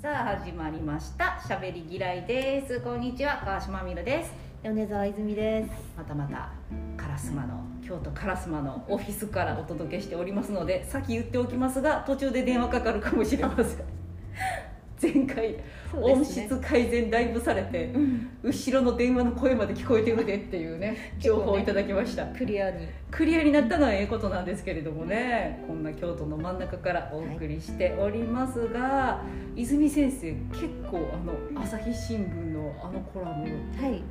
さあ始まりましたしゃべり嫌いですこんにちは川島みるです米沢泉です。またまた烏丸の京都烏丸のオフィスからお届けしておりますのでさっき言っておきますが途中で電話かかるかもしれません前回、そう音ですね質改善だいぶされてうん後ろの電話の声まで聞こえてるでっていうね情報をいただきました、クリアにクリアになったのはええことなんですけれどもねこんな京都の真ん中からお送りしておりますが、泉先生結構あの朝日新聞のあのコラムはい。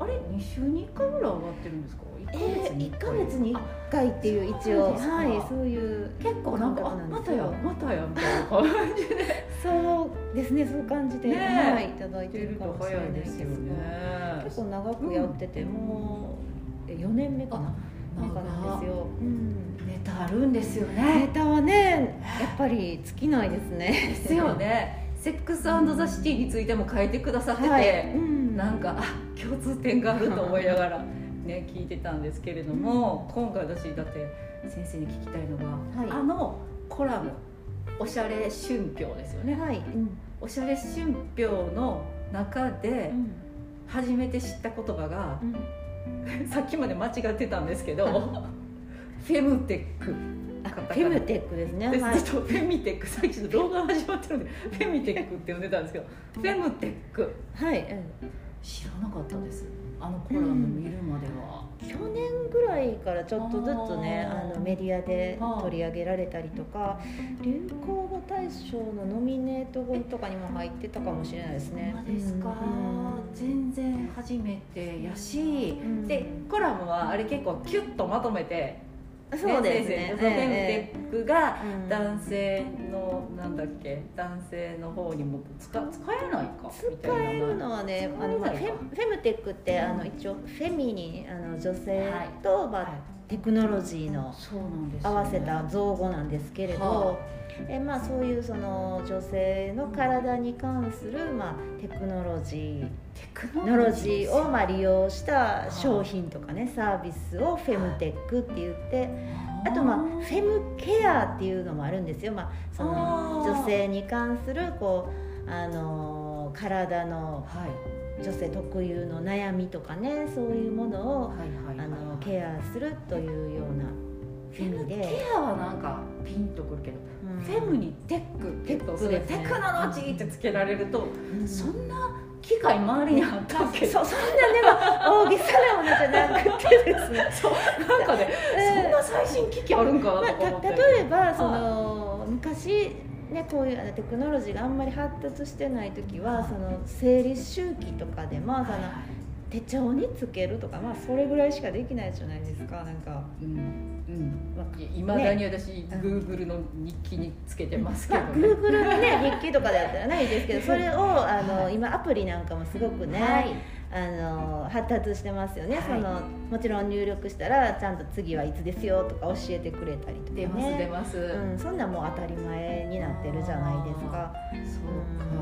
あれ2週に1回ぐらい上がってるんですか1えヶ月えに一1ヶ回,、月に一回っていう一あそう応ですかはいそういう結構なんかあ感覚なまんたですやよまたやみたいな感じでそうですねそういう感じで、ねえはいいただいやっててるるかともしれ早ないいでですすがよね結構長くやってて、もうえ四年目かななんかなんですよ。うん。ネタあるんですよネねタはねやっぱり尽きないですね。ですよねセックスザ・シティについても書いてくださってて、はい。うんなんかあ共通点があると思いながら、ね、聞いてたんですけれども、今回私だって先生に聞きたいのが、いあのコラム「おしゃれ春氷」ですよね。はい。うん。おしゃれ春氷の中で初めて知った言葉がう、ん。さっきまで間違ってたんですけど 「フェムテック」あフカタカナェムテックですね。では いちょっとフェミテックさっきちょっと動画始まってるんで「フェミテック」って呼んでたんですけど「 フェムテックはい。うん」知らなかったですあのコラム見るまでは。去年ぐらいからちょっとずつねああーのメディアで取り上げられたりとか流行語大賞のノミネート本とかにも入ってたかもしれないですねほ。んまですか、全然初めてやし、んでコラムはあれ結構キュッとまとめて、うんそうで先すね。生のフェムテックがええうん男性のなんだっけ男性の方にも使使えないかみた使いなえるのはねあの、まあ、使えないフェかムフェムテックってあうのん一応フェミニンあの女は性いと、まはあいテクノロジーのそうなんですよ合ねわせた造語なんですけれど、はえまあ、そういうその女性の体に関する、まあ、テクノロジーテクテクノロジですーよをまあ利用した商品とかねサービスをフェムテックって言ってあとまあフェムケアっていうのもあるんですよ、まあ、そのあー女性に関するこうあのー体のはい女性特有の悩みとかねそういうものをはいはいはいあのアケアするというようなフ意ェム味ケで、アはなんかピンとくるけど、うんフェムにテックテックそれテテックですねクノロジーってつけられると、うんそんな機会周りにあったっけそそんなでも大げさなものじゃなくてですねなんかね、うんそんな最新機器あるんかまなあ、とか思ったて、例えばその昔ねこういうあのテクノロジーがあんまり発達してない時はその生理周期とかでもそのはいはい手帳につけるとかまあそれぐらいしかできないじゃないですかなんか。うんまあうんいまだに私、Google の日記につけてますけど、まあ、ね Google のね 日記とかだったらないですけどそれをあの、はい今アプリなんかもすごくね、はいあの発達してますよね、はいそのもちろん入力したらちゃんと次はいつですよとか教えてくれたりとか、ね、出ます出ます、うん、そんなんもう当たり前になってるじゃないですか。そ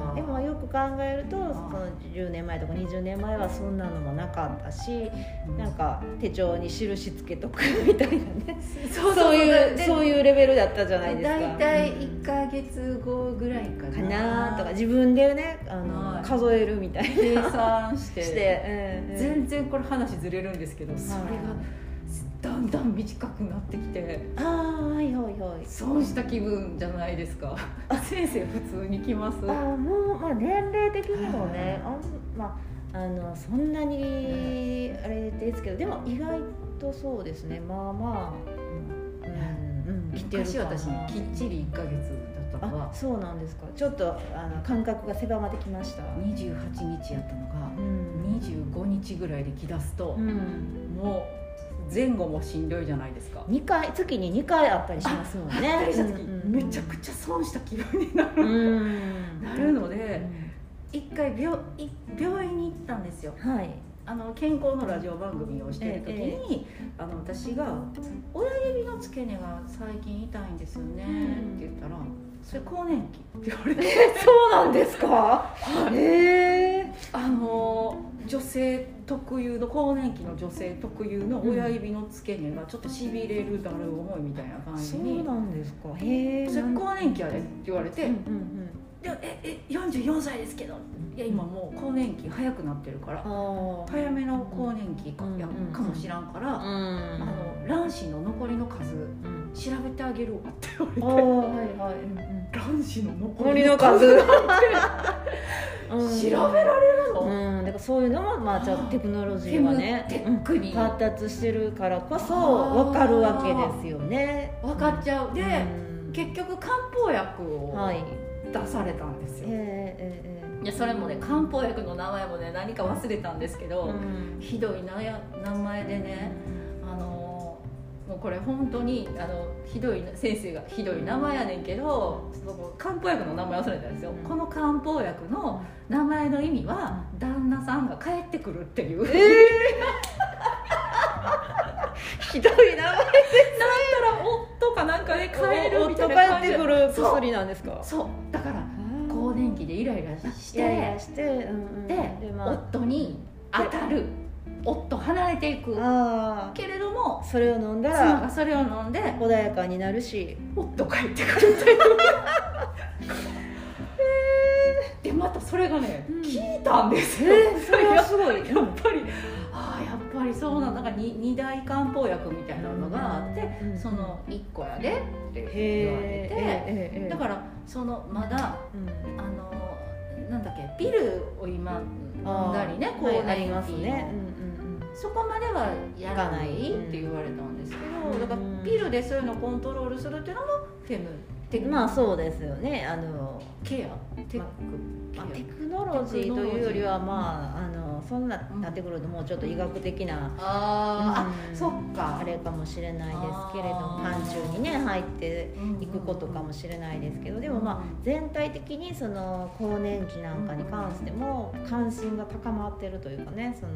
うか、でもよく考えるとその10年前とか20年前はそんなのもなかったしうんなんか手帳に印つけとくみたいなね そそういうでそういうレベルだったじゃない大ですか。体1か月後ぐらいかなかなとか自分でねあはいの数えるみたい計算しにてして、うんうん全然これ話ずれるんですけど、それがだんだん短くなってきてあーはいはいはい損した気分じゃないですか先生普通に来ますあーもう、まあ、年齢的にもね、はあんまああのそんなにあれですけどでも意外とそうですねまあまあ、うんうん、来てる昔かな私きっちり1ヶ月だったのあはそうなんですかちょっとあの感覚が狭まってきました28日やったのがうん、 25日ぐらいで来だすとう、ん、もう前後もしんどいじゃないですか。二回月に2回あったりしますもんねあったりした時うんうんめちゃくちゃ損した気分になうる,、んなるので一回病い病院に行ったんですよはいあの健康のラジオ番組をしている時に、あの私が「親指の付け根が最近痛いんですよね」って言ったら「それ更年期って言われてそうなんですか。ええ あのー女性特有の更年期の女性特有の親指の付け根がちょっとしびれるだる重いみたいな感じそうになんですか。へえ。それなん更年期やでって言われて、うんうんでええ44歳ですけどいや今もう更年期早くなってるからうん。あ早めの更年期か,、うんやうんかもしらんから、あ。うあん。の卵子の残りの数調べてあげるわって言ああわれてはいはい。卵子の残森りのの数数。調べ調られるの、うん、だからそういうのもまあじゃあテクノロジフーェはムねテックにうん発達してるからこそあーわかるわけですよね。分かっちゃうで、うん結局漢方薬をはい。出されたんですよ、ええええいやそれもね漢方薬の名前もね何か忘れたんですけど、ええ。うんひどいなや名前でねあのーもうこれ本当にあのひどいな先生がひどい名前やねんけどその漢方薬の名前忘れたんですよ、うんこの漢方薬の名前の意味は旦那さんが帰ってくるっていう、なんひどいな。たら夫かなんかで帰るみた夫いな帰感っじてくる薬なんですか。そうだから更こ年期でイライラしうてイライラして、うんうん、ででまあ夫に当たる夫離れていくあけれどーもそれを飲んだ妻がらそれを飲んで穏やかになるし、夫帰ってくるっていう でまたそれがね、うん聞いたんですよ、それはやすご い。やっぱりああやっぱりそうなんだからに二大漢方薬みたいなのがあって、うんその一個やでって言われへて、えだからそのまだあのなんだっけビルを今飲んだりねこうななりりますね。うんうんそこまではやらないって言われたんですけど、うんだからピルでそういうのをコントロールするっていうのもフェムテうんクまあそうですよね。あのケアテッまクケまアあ、テクノロジーというよりはまああのそんなうんなってくるともうちょっと医学的な、あー、うあんそっかあれかもしれないですけれどあー範疇にね入っていくことかもしれないですけどでもまあ全体的にその更年期なんかに関しても関心が高まってるというかねその、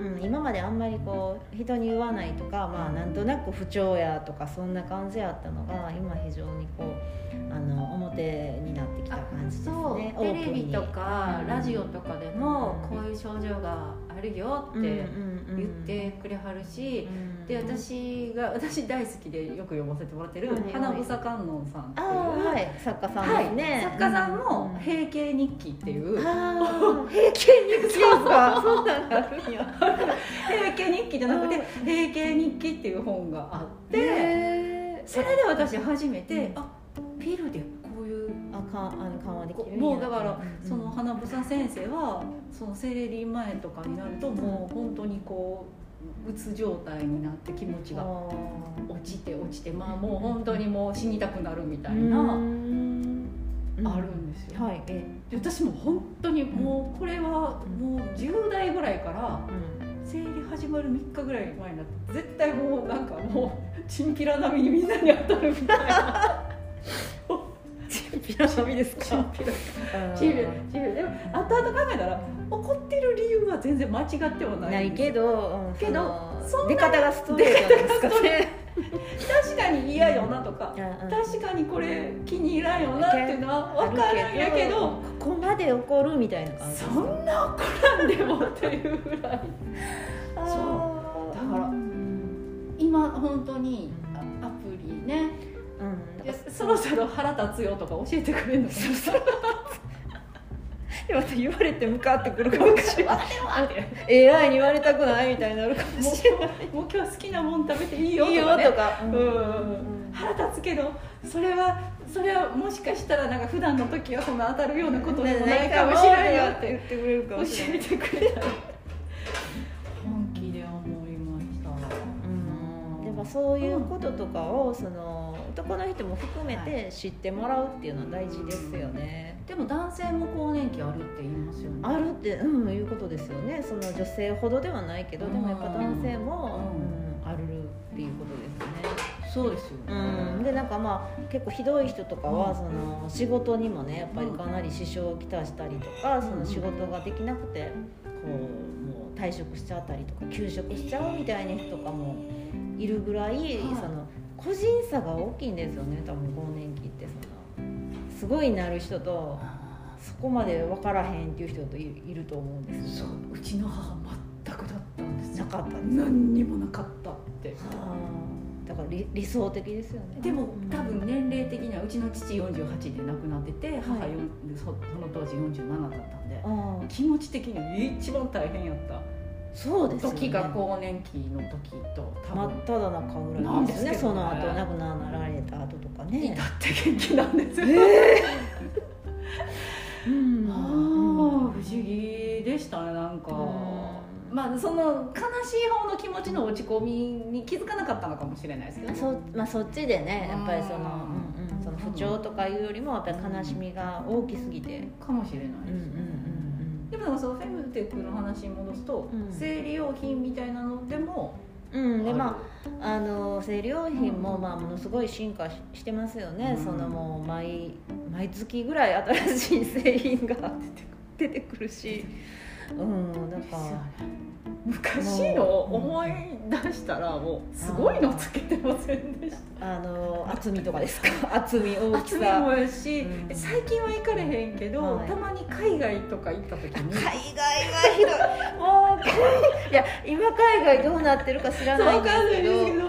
うん、今まであんまりこう人に言わないとか、まあ、なんとなく不調やとかそんな感じやったのが今非常にこうあの表になってきた感じですそうね。テレビとかうんラジオとかでもこういう症状があるよオっープンにて言ってくれはるし、で、私が私大好きでよく読ませてもらってるはいはい花房観音さんってあいあう、はい作家さんですね、作家さんうもん「平家日記」っていうあ ー平均につけかそうなんだるんや平家日記じゃなくて「平家日記」っていう本があってそれで私初めてあピルでこういうあかんあの緩和できるんやもうだからうんその花房先生はその生理前とかになるともう本当にこううつ状態になって気持ちあがー落ちて落ちてまあもう本当にもう死にたくなるみたいうなーんあるんですよ。はいえで私も本当にもうこれはもう10代ぐらいから生理始まる3日ぐらい前になって絶対もうなんかもうチンピラ並みにみんなに当たるみたいな チンピラのみですチンピラチンピラチンピラでも後々考えたら怒ってる理由は全然間違ってはないないけど、うん、けどそそのんな出方がストレートなんですかね確かに嫌よなと か確確かにこれ気に入らんよなっていうのは分かるんやけどここまで怒るみたいな感じそんな怒らんでもっていうぐらいあーそうだからうん今本当にあアプリねうんいやそろそろ腹立つよとか教えてくれるのかなまた言われて向かってくるかもしれないあ AI に言われたくないみたいになるかもしれないもう今日好きなもん食べていいいよいとよか、ね、とか、うん腹立つけどそれはそれはもしかしたらなんか普段の時はそんな当たるようなことじゃないかもしれないよって言ってくれるか教えてくれた本気で思いましたうんでもそういうこととかをその男の人も含めて知ってもらうっていうのは大事ですよね。でも男性も更年期あるって言いますよねあるって、うん、いうことですよね。その女性ほどではないけど、でもやっぱ男性も、ううんあるっていうことですよそね。うですよね、うん、でなんかまあ結構ひどい人とかうはんその仕事にもねやっぱりかなり支障をきたしたりとかその仕事ができなくてこうもう退職しちゃったりとか休職しちゃうみたいな人とかもいるぐらいはいその個人差が大きいんですよね多分更年期ってその。すごいなる人とあそこまで分からへんっていう人といいると思うんーですそよううちの母全くだったんですなよかったんです何にもなかったってあーだから理理想的ですよねでもうん多分年齢的にはうちの父48で亡くなってて母はいよんそその当時47だったんであー気持ち的には一番大変やったそうですよね時が更年期の時と多真分っ只中ぐらないんでですすねけどねその後亡くなられた後とかね至って元気なんですよ、うんああ不思議でしたねなんか、うんまあその悲しい方の気持ちの落ち込みに気づかなかったのかもしれないですけど、あね、そまあ、そっちでねやっぱりその,、ううんんうん、その不調とかいうよりもやっぱり悲しみが大きすぎて、かもしれないうんです、でもなんかそのフェムテックの話に戻すと、うん生理用品みたいなのでも、うんうんうん、でまあるああの生理用品もうんまあものすごい進化ししてますよね、うんそのもう毎毎月ぐらい新しい製品が 出てくるし、うん、なんか昔の思い出したらもうすごいのつけてませんでしたあの厚みとかですか 厚み大き厚みもさやし、うん最近は行かれへんけど、はいたまに海外とか行った時に海外はひど いもう海いや今海外どうなってるか知らないわんでかんなすいけどですけど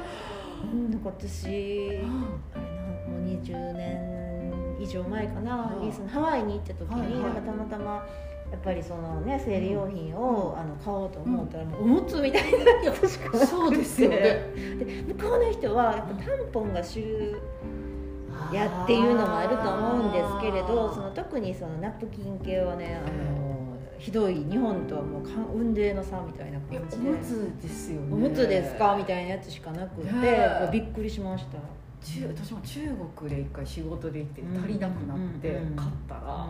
うん、なんか私あれなもう20年以上前かな、はいイギリスのハワイに行った時に、はいはいなんかたまたまやっぱりそのね生理用品を、あの買おうと思ったら、もうおむつみたいなのしかなくてそう ですよねで向こうの人はやっぱタンポンが主流やっていうのもあると思うんですけれどその特にそのナプキン系はねあのひどい日本とはもうかん雲泥の差みたいないや感おじでむつですよねおむつですかみたいなやつしかなくねて、えびっくりしました。中私も中国で一回仕事で行ってうん足りなくなってうん買ったら、 ま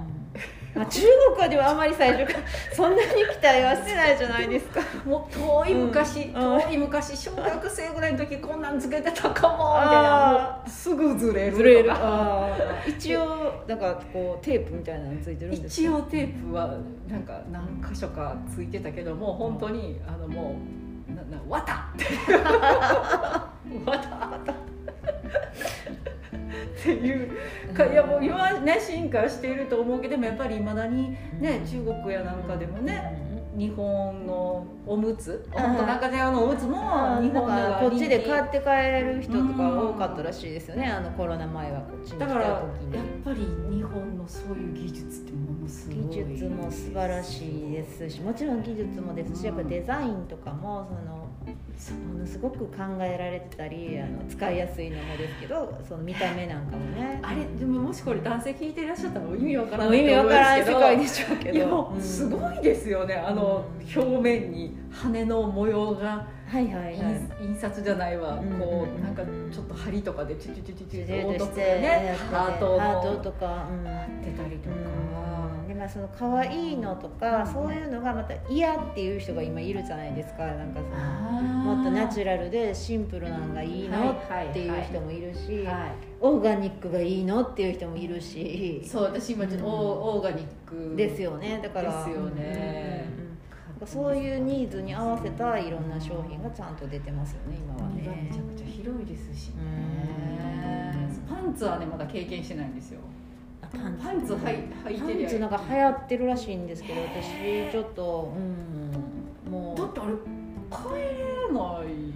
あ、中国はでもあんまり最初から そんなに期待はしてないじゃないですかもう遠い昔、うん遠い昔小学生ぐらいの時こんなんつけてたかもみたいなあーもうすぐずれるとか一応なんかこうテープみたいなのついてるんです一応テープはなんか何箇所かついてたけども本当にあのもうななわたっていうわたわたっていうかいやもう今はね進化していると思うけどでもやっぱりいまだにね中国やなんかでもね日本のおむつあー本当中島のおむつも日日本本ではこっちで買って帰る人とかうん多かったらしいですよねあのコロナ前はこっちに来だたからやっ時にぱり日本のそういう技術ってものすごい技術も素晴らしいですしもちろん技術もですしやっぱデザインとかもそのすものすごく考えられてたりあの使いやすいのもですけどその見た目なんかも ねあれでももしこれ男性聞いていらっしゃったらもう意味わからもなうい意味と思わうんからんで世すけ界でしょうけどどいやもうすはごいですよねあのうん表面に羽の模様がいはい印はい印刷じゃないわうんこううんなんかちょっと針とかでチュチュチュチュチュってー凹ト凸でねハートハーのトとかうん出たりとかうんでまあその可愛いのとかうんそういうのがまた嫌っていう人が今いるじゃないですかなんかそのももっとナチュュラルでシンプルなんがいいのっていう人もいるしはいオーガニックがいいのっていう人もいるしそう私今ちょっとオーオーガニックですよねだからですよねうんうんうんそういうニーズに合わせたいろんな商品がちゃんと出てますよね今は身がねめちゃくちゃ広いですしねうんパンツはねまだ経験してないんですよあパパンツはい履いてりパンツなんか流行ってるらしいんですけど私ちょっとうんもだってあれ帰れない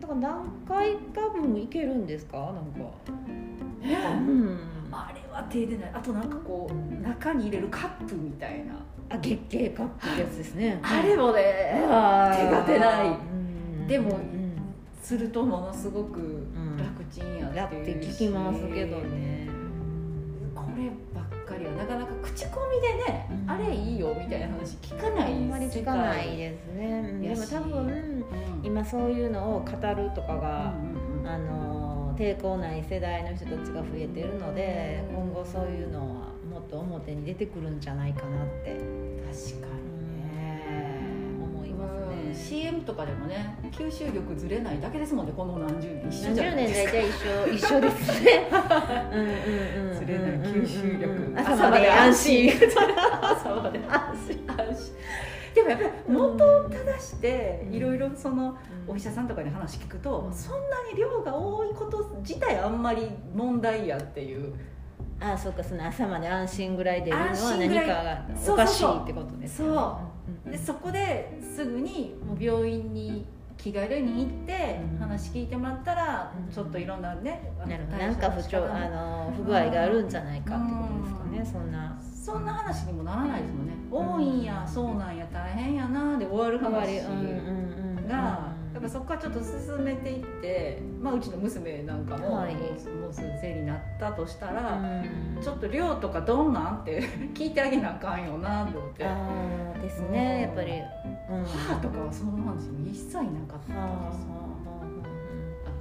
だから何回か分いけるんですかなんかえうんあれは手出ないあとなんかこう中に入れるカップみたいなあ月経カップってやつですねあれもねは手が出ないうんでもうんするとものすごくん楽ちんだやっってていう聞しきますけどねこればっかりはなかなか口コミでねうんあれいいよみたいな話聞かあないんまり聞かないですねうんでやもし多分世界今そういうのを語るとかうんうがんうんあの抵抗ない世代の人たちが増えてるのでうん今後そういうのはもっと表に出てくるんじゃないかなって確かにね思いますね。 CM とかでもね吸収力ずれないだけですもんねこの何十年一緒何じゃ十ない年です大か体一緒一緒ですね。うんうんうんずれない吸収うんうんうん力朝まで安心。朝 まで安心。安 心でもやっぱり元を正していろいろそのお医者さんとかに話聞くと、うんそんなに量が多いこと自体あんまり問題やっていうあそうかその朝まで安心ぐらいでいるの安は心ぐ何らいかがそおうそうかしそういってことですよねそうんでそこですぐにもう病院に気軽に行ってうん話聞いてもらったらうんちょっといろんなねあのなるほど対な処んかの不仕調方もあの不具合があるんじゃないかってことですかね、うんそんなそんな話にもならないですもんねうん多いんやそうなんや大変やなで終わる変わり話うんうんうんがやっぱそこからちょっと進めていってまあうちの娘なんかももはいうんもうすぐ生理になったとしたうらんちょっと量とかどんなんって 聞いてあげなあかんよなと思ってあーですねやっぱり、うん母とかはその話も一切なかったです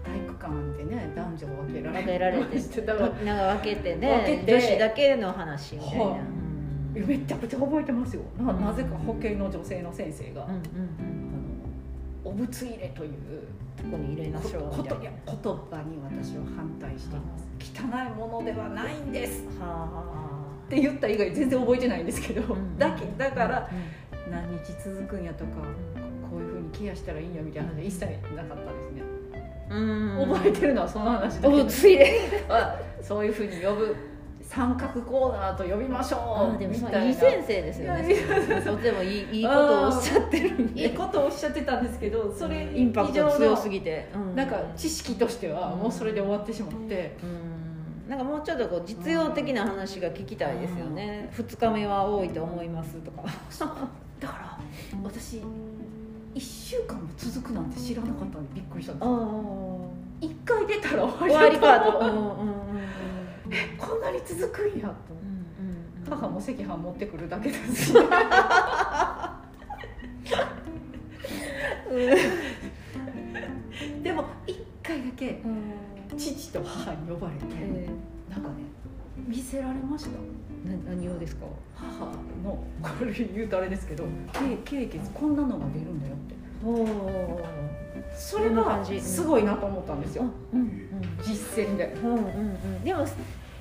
体育館でね男女分けられ分け られてしてだからなんか分けて分ねけて女子だけの話みたいな、はいめちゃくちゃ覚えてますよななぜか保健の女性の先生が、うんうんあうんのお物入れというここに入れまこしょうこみたといいなや言葉に私は反対しています汚いものではないんですはあって言った以外全然覚えてないんですけど、うんだけだからうん何日続くんやとかこういうふうにケアしたらいいんやみたいな話一切なかったですね、うん覚えてるのはその話だおけ物 入れあそういうふうに呼ぶ三角コーナーと呼びましあょーうでもみそたういいいな先生ですよいやいやねとてもいいいいことをおっしゃってるんいいでことをおっしゃってたんですけどそれインパクト以上強のすぎて、うなんか知識としてはもうそれで終わってしまって、うんなんかもうちょっとこう実用的な話が聞きたいですよね、二2日目は多いと思いますとかだから私1週間も続くなんて知らなかったんでびっくりしたんです終1回出たら終わわりりだかとと、思っうんてうんうんこんなに続くんやと思ってうん、母も赤飯持ってくるだけですし でも1回だけ父と母に呼ばれて、えなんかね見せられましたーな何用ですか母のこれ言うとあれですけど経経血こんなのが出るんだよっておそれこんなが感じすごいなと思ったんですようん実践でうんうんうんでも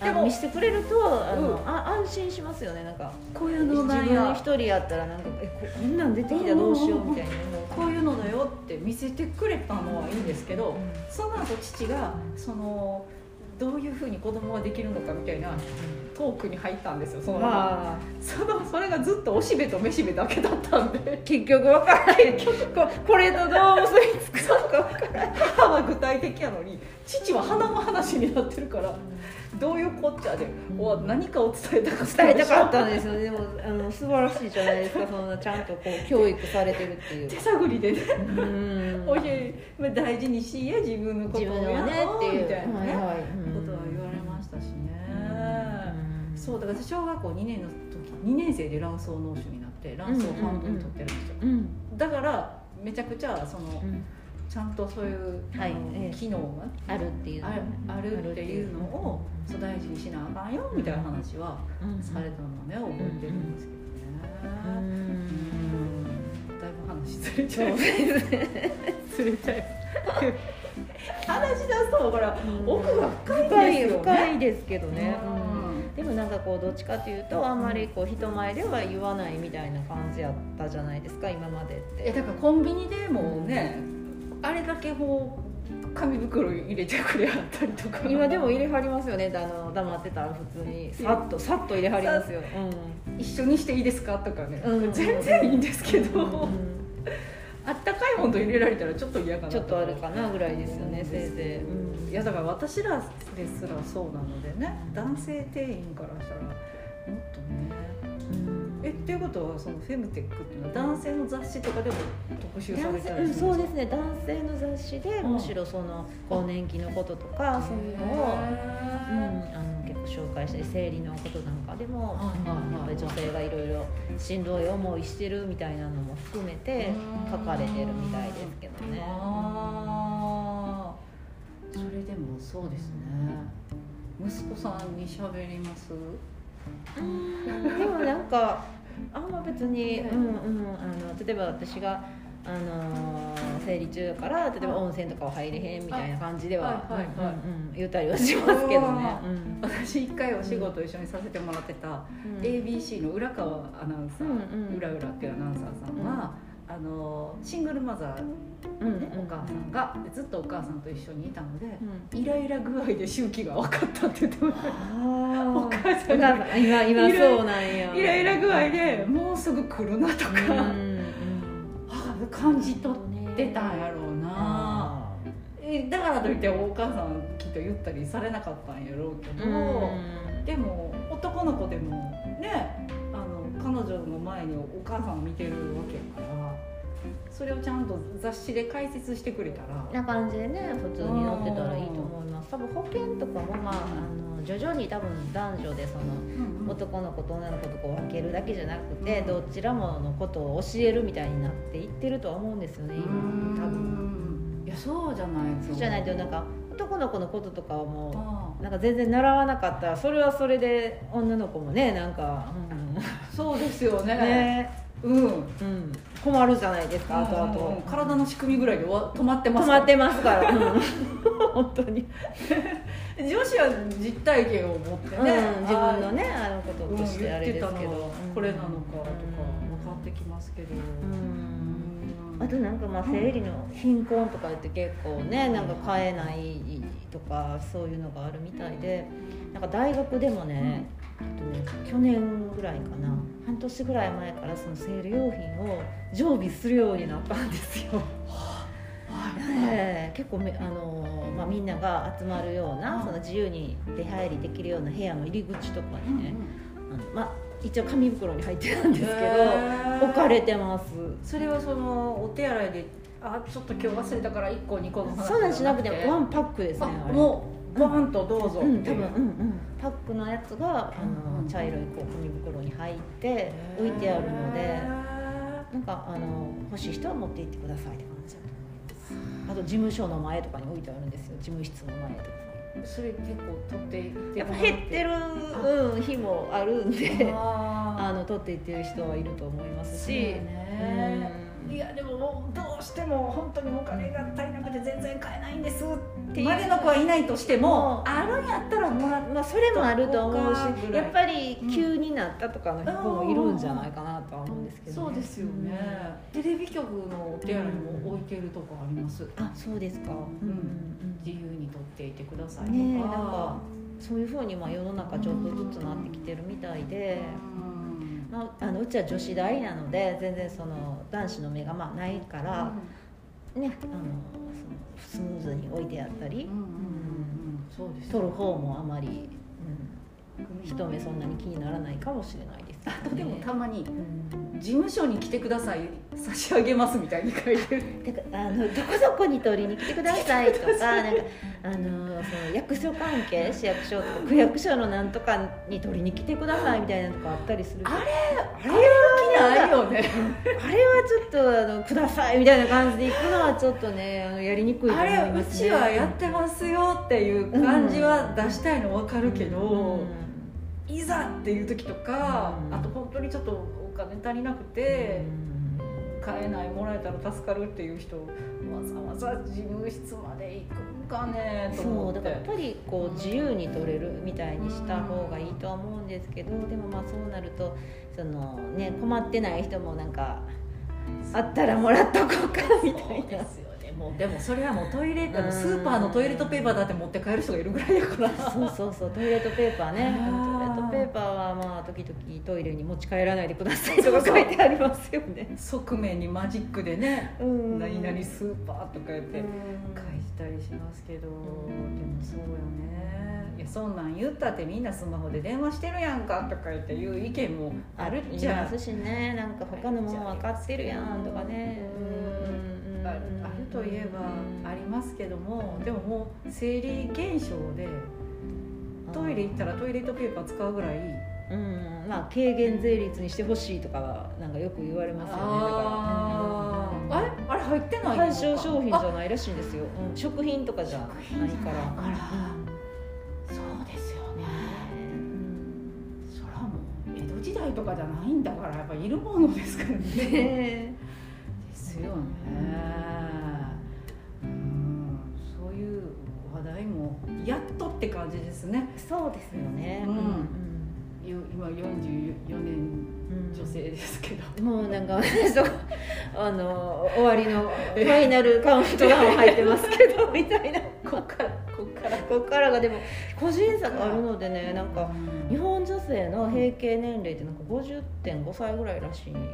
あでのも見せてくれるとあの、うあ安心しますよねなんかこういう自のだ分一よ人やったらなんかえここんなん出てきたらどうしようみたいなこういうのだよって見せてくれたのはいいんですけどその後父がそのどういうふうに子供はできるのかみたいなトークに入ったんですよそのまままあそのそれがずっとおしべとめしべだけだったんで 結局わからない 結局ここれとどう結びつくのかわからない母は具体的やのに父は鼻の話になってるからどういうこっちゃで、お何かを伝えたかった伝えんでたしょかったんですよでもあの素晴らしいじゃないですかそんなちゃんとこう教育されてるっていう手探りでね、うんおいまあ大事にしや自分のことを自や分はねろうっていうみたいなね、はいはいうんことは言われましたしうね、んそうだから私小学校2年の時2年生で卵巣脳腫になって卵巣を半分取ってるんですよ、うんだからめちゃくちゃそのうんちゃんとそういう、あのはいええ機能があるっていうのあねるあるっていうのをそう大事にしなあかんよみたいな話はうんされたのはね覚えてるんですけうどね、んだいぶ話ずれちそゃいうですねずれちゃいます話し出すとほら奥が深深いでいすよね深いですけどね、うんでもなんかこうどっちかというとあんまりこう人前では言わないみたいな感じやったじゃないですか今までっいやてだからコンビニでもねあれだけこう紙袋入れてくれはったりとか今でも入れはりますよねあの黙ってたら普通にさっとさっと入れはりますよ、う一緒にしていいですかとかね、うん全然いいんですけど、んあったかいもの入れられたらちょっと嫌かなちょっとあるかなぐらいですよねせいぜい、うんいやだから私らですらそうなのでね男性店員からしたらもっとねえっていうことはそのフェムテックっていうのは男性の雑誌とかでも特集され男性たうりんすそるうでですね男性の雑誌でうんむしろその更年期のこととかそういうのをうん、あの結構紹介したり生理のことなんかでも、はいはいはいやっぱり女性がいろいろしんどい思いしてるみたいなのも含めて書かれてるみたいですけどね。あーそれでもそうですね息子さんに喋りますうんでもなんかあんま別に、はいうんうん、あの例えば私が、あのー生理中やから例えば温泉とかは入れへんみたいな感じでは、あはいはいはいうんうんうん言ったりはしますけどうねわ。うん私一回お仕事一緒にさせてもらってた ABC の浦川アナウンサー、うんうん浦浦っていうアナウンサーさんは、あのシングルマザーのね、お母さんがずっとお母さんと一緒にいたので、イライラ具合で周期が分かったって言ってましたおお母母さんがさん今今イライラそうなんやイライラ具合でもうすぐ来るなとか、うんあ感じ取ってたんやろうな、えだからといってお母さんきっと言ったりされなかったんやろうけど、うんでも男の子でもねあの彼女の前にお母さんを見てるわけやからそれをちゃんと雑誌で解説してくれたらな感じでね普通に乗ってたらいいと思います多分保険とかもまああの徐々に多分男女でその男の子と女の子とこう分けるだけじゃなくて、うんどちらものことを教えるみたいになっていってるとは思うんですよね今多分分いやそうじゃないそうじゃないととなんか男の子のこととかはもあうなんか全然習わなかったらそれはそれで女の子もねなんか、あそうですようねん、ね、うんうん、困るじゃないですか後々、うん体の仕組みぐらいでわ止まってます止まってますか ら、うん本当に、女子は実体験を持ってね、うん自分のねねあのこととしてあれですけど、これなのかとか分かってききますけど、うんあとなんかまあ生理の貧困とか言って結構ねなんか買えないとかそういうのがあるみたいでなんか大学でもね,、えっとね去年ぐらいかな半年ぐらい前からその生理用品を常備するようになったんですよ。ねえ結構めあのー、まあ、みんなが集まるようなうんその自由に出入りできるような部屋の入り口とかにね、あのまあ、一応紙袋に入ってるんですけど、置かれてます。それはそのお手洗いであちょっと今日忘れたから1個2個の話そうなんしなくてワンパックですねああれもうバンとどうぞうっんて多い分う、うんうんパックのやつがあうんうのん茶色いこう紙袋に入って置いてあるのでなんかあの欲しい人は持って行ってくださいって感じだと思いますあと事務所の前とかに置いてあるんですよ事務室の前とかそれ結構取っていってやっぱ減ってる、うん、日もあるんでああの取っていってる人はいると思いまーすそうしやねいやでももうどうしても本当にお金が足りなくて全然買えないんですっていうまでの子はいないとしてももうあるんやったらもらっまあ、それもあると思うしどこかぐらいやっぱり急になったとかの人もいるんじゃないかなとは思うんですけどね、そうですよね、テレビ局のお手洗いも置いてるとこあります、あそうですか、うんうん自由に取っていてくださいとか,、ねえなんかそういうふうにまあ世の中ちょっとずつなってきてるみたいで、うんまあ、あのうちは女子大なので全然その男子の目がまあないから、ねあのそのスムーズに置いてあったりうんうんうんうんそうです取る方もあまり、うん、人人目そんなに気にならないかもしれないです、ね、あとでもたまにうん事務所に来てください差し上げますみたいに書いてるてかあのどこどこに取りに来てくださいとかなんかあのその役所関係市役所とか区役所のなんとかに取りに来てくださいみたいなのとかあったりするあれあれないはよねあれはちょっとあのくださいみたいな感じで行くのはちょっとねあのやりにくいと思あいれまうすねちはやってますよっていう感じは出したいの分かるけど、うんいざっていう時とか、うんあと本当にちょっとお金足りなくて、買えないもらえたら助かるっていう人わざわざ事務室まで行くんかねとそ思うってだからやっぱりこう自由に取れるみたいにした方がいいとは思うんですけどでもまあそうなるとそのね困ってない人もなんかあったらもらっとこうかみたいそうでなすよねもうでもそれはもうトイレでもスーパーのトイレットペーパーだって持って帰る人がいるぐらいだからそうそうそうトイレットペーパーねあートイレットペーパーはまあ時々トイレに持ち帰らないでくださいとか書いてありますよね側面にマジックでね「何何々っスーパー」とか言ってて返したりしますけど、でもそうよねいやそんなん言ったってみんなスマホで電話してるやんかとか言っていう意見もああるるっっちちゃゃいますしねなんか他のもん分かってるやんとかねうんうんあるあるといえばありますけどもでももう生理現象でトイレ行ったらトイレットペーパー使うぐらいうんまあ軽減税率にしてほしいとかはなんかよく言われますよねだからあれあれ入ってうんない対象商品じあゃないらしいんですよ、うん食品とかじゃないからあらそうですよねそらもう江戸時代とかじゃないんだからやっぱいるものですからねね えですよね。うん、そういう話題もやっとって感じですね。そうですよねうんうんよ今44年女性ですけど、もうなんか 私とあの終わりのファイナルカウントダウン入ってますけどみたいな こっから こっからこっからがでも個人差があるのでねなんか日本女性の平均年齢ってなんか50.5歳ぐらいらしいかな、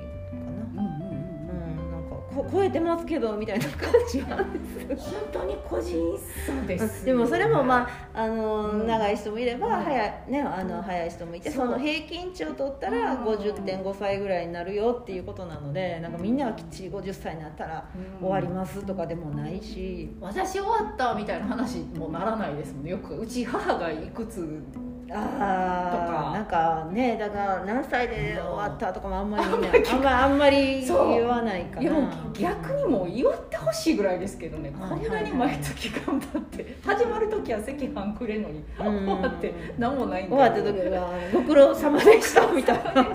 うんうんうんうんうん、なんかこ超えてますけどみたいな感じなんです本当に個人差です、でもそれもまあ、あのうん長い人もいれば、うん早いね、あの早い人もいてそそうの平均値を取ったらうん50.5歳ぐらいになるよっていうことなのでなんかみんながきっちり50歳になったらうん終わりますとかでもないし、私終わったみたいな話もならないですもんねよくうち母がいくつああなんかねだから何歳で終わったとかもあんまりみんあんなまり聞あんまあんまり言そうわないかいやもうな。逆にもう祝ってほしいぐらいですけどねはいこんなに毎月頑張って始まる時は赤飯くれんのにうん終わって何もないん終だわった時はご苦労様でしたみたいな。でも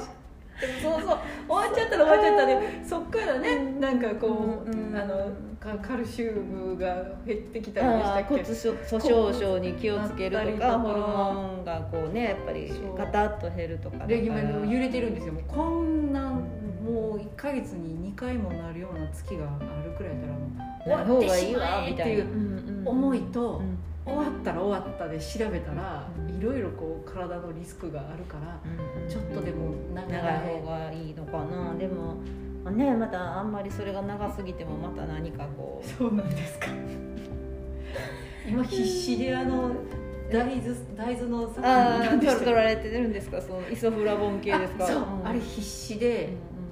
そうそう終わっちゃったら終わっちゃったでそっからねなんかこう、うんあのカカルシウムが減ってきたりでしあたっあけ骨粗鬆症に気をつけるとかこホうルなったりとかモンがこうねやっぱりそうガタッと減るとかだからレギュメント揺れてるんですよもうこんなんもう1か月に2回もなるような月があるくらいだったらもう終わってしまえっていうんううんうん思いとうん終わったら終わったで調べたらうんいろいろこう体のリスクがあるからうんちょっとでも長長い方がいいのかなでもねまたあんまりそれが長すぎてもまた何かこうそうなんですか今必死であの大豆大豆の作ああなんでしたっけ取られてるんですかそのイソフラボン系ですかあそう、んあれ必死で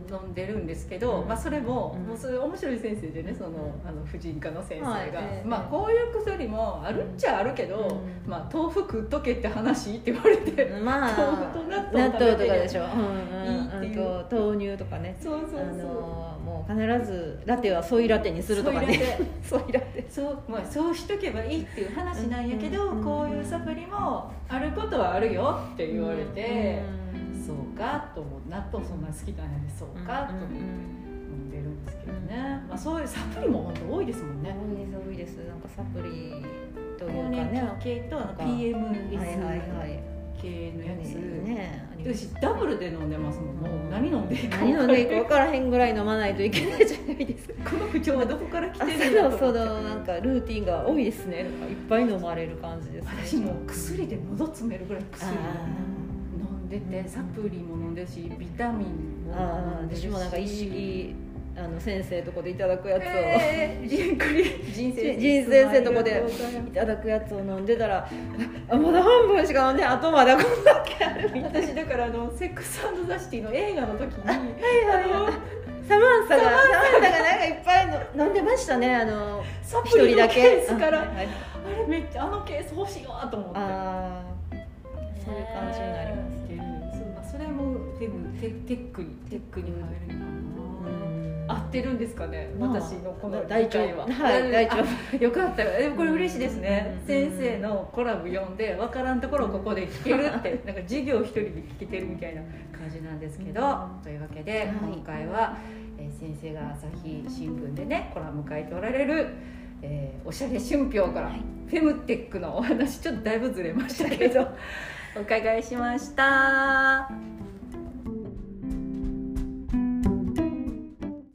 う飲んでるんですけど、うんまあ、それも,、うんもうそれ面白い先生でねそのあの婦人科の先生が、はいええまあ、こういう薬もあるっちゃあるけど、うんまあ、豆腐食っとけって話って言われて、まあ豆腐と納豆納を食べて豆とかでしょ、うんうんいいっていうあと豆乳とかねそうそうそう、あのもう必ずラテはソイラテにするとかねソイラテそういうのでそうまあ、そうしとけばいいっていう話なんやけど、うんこういうサプリもあることはあるよって言われて、そうかと思う納豆そんな好きなんやでそうかと思って飲んでるんですけどね、まあ、そういうサプリも本当多いですもんね、多いです多いですなんかサプリとい更うか年ね期系とあのなんかはいはい PMS はい系のやつ、ねあります私ダブルで飲んでますもんもう何飲んでいいか何分か飲んんないでいいか分からへんぐらい飲まないといけないじゃないですかこの不調はどこから来あてるんだそうとそ思うってなんかルーティンが多いですねなんかいっぱい飲まれる感じですね私もう薬で喉詰めるぐらいあ薬飲んでてサプリも飲んでるしビタミンもーあ飲ーんでるし私もなんか一式あの先生とこでいただくやつを、えーじっくり人生人生先生とこでありがうございますいただくやつを飲んでたらあまだ半分しか飲んであとまだこんだけあるみたいな私だからあのセックスザシティの映画の時にはいはいあのサマンサがサマンサがなんかいっぱいの飲んでましたねあのサ一プリ人だのケけースかあらはいはいあれめっちゃあのケース欲しいわと思ってあーそういう感じになりますねそうそれもでもテテックにテックに入るのかな、合ってるんですかね、まあ私のこの大理丈解夫ははい大丈夫あ よかったでもこれ嬉しいですね、うん先生のコラボ読んで分からんところをここで聞けるってなんか授業一人で聞けてるみたいな感じなんですけど、うんというわけで、い今回は、えー先生が朝日新聞でねコラム書いておられる、えーおしゃれ春氷から、はいフェムテックのお話ちょっとだいぶずれましたけどお伺いしました。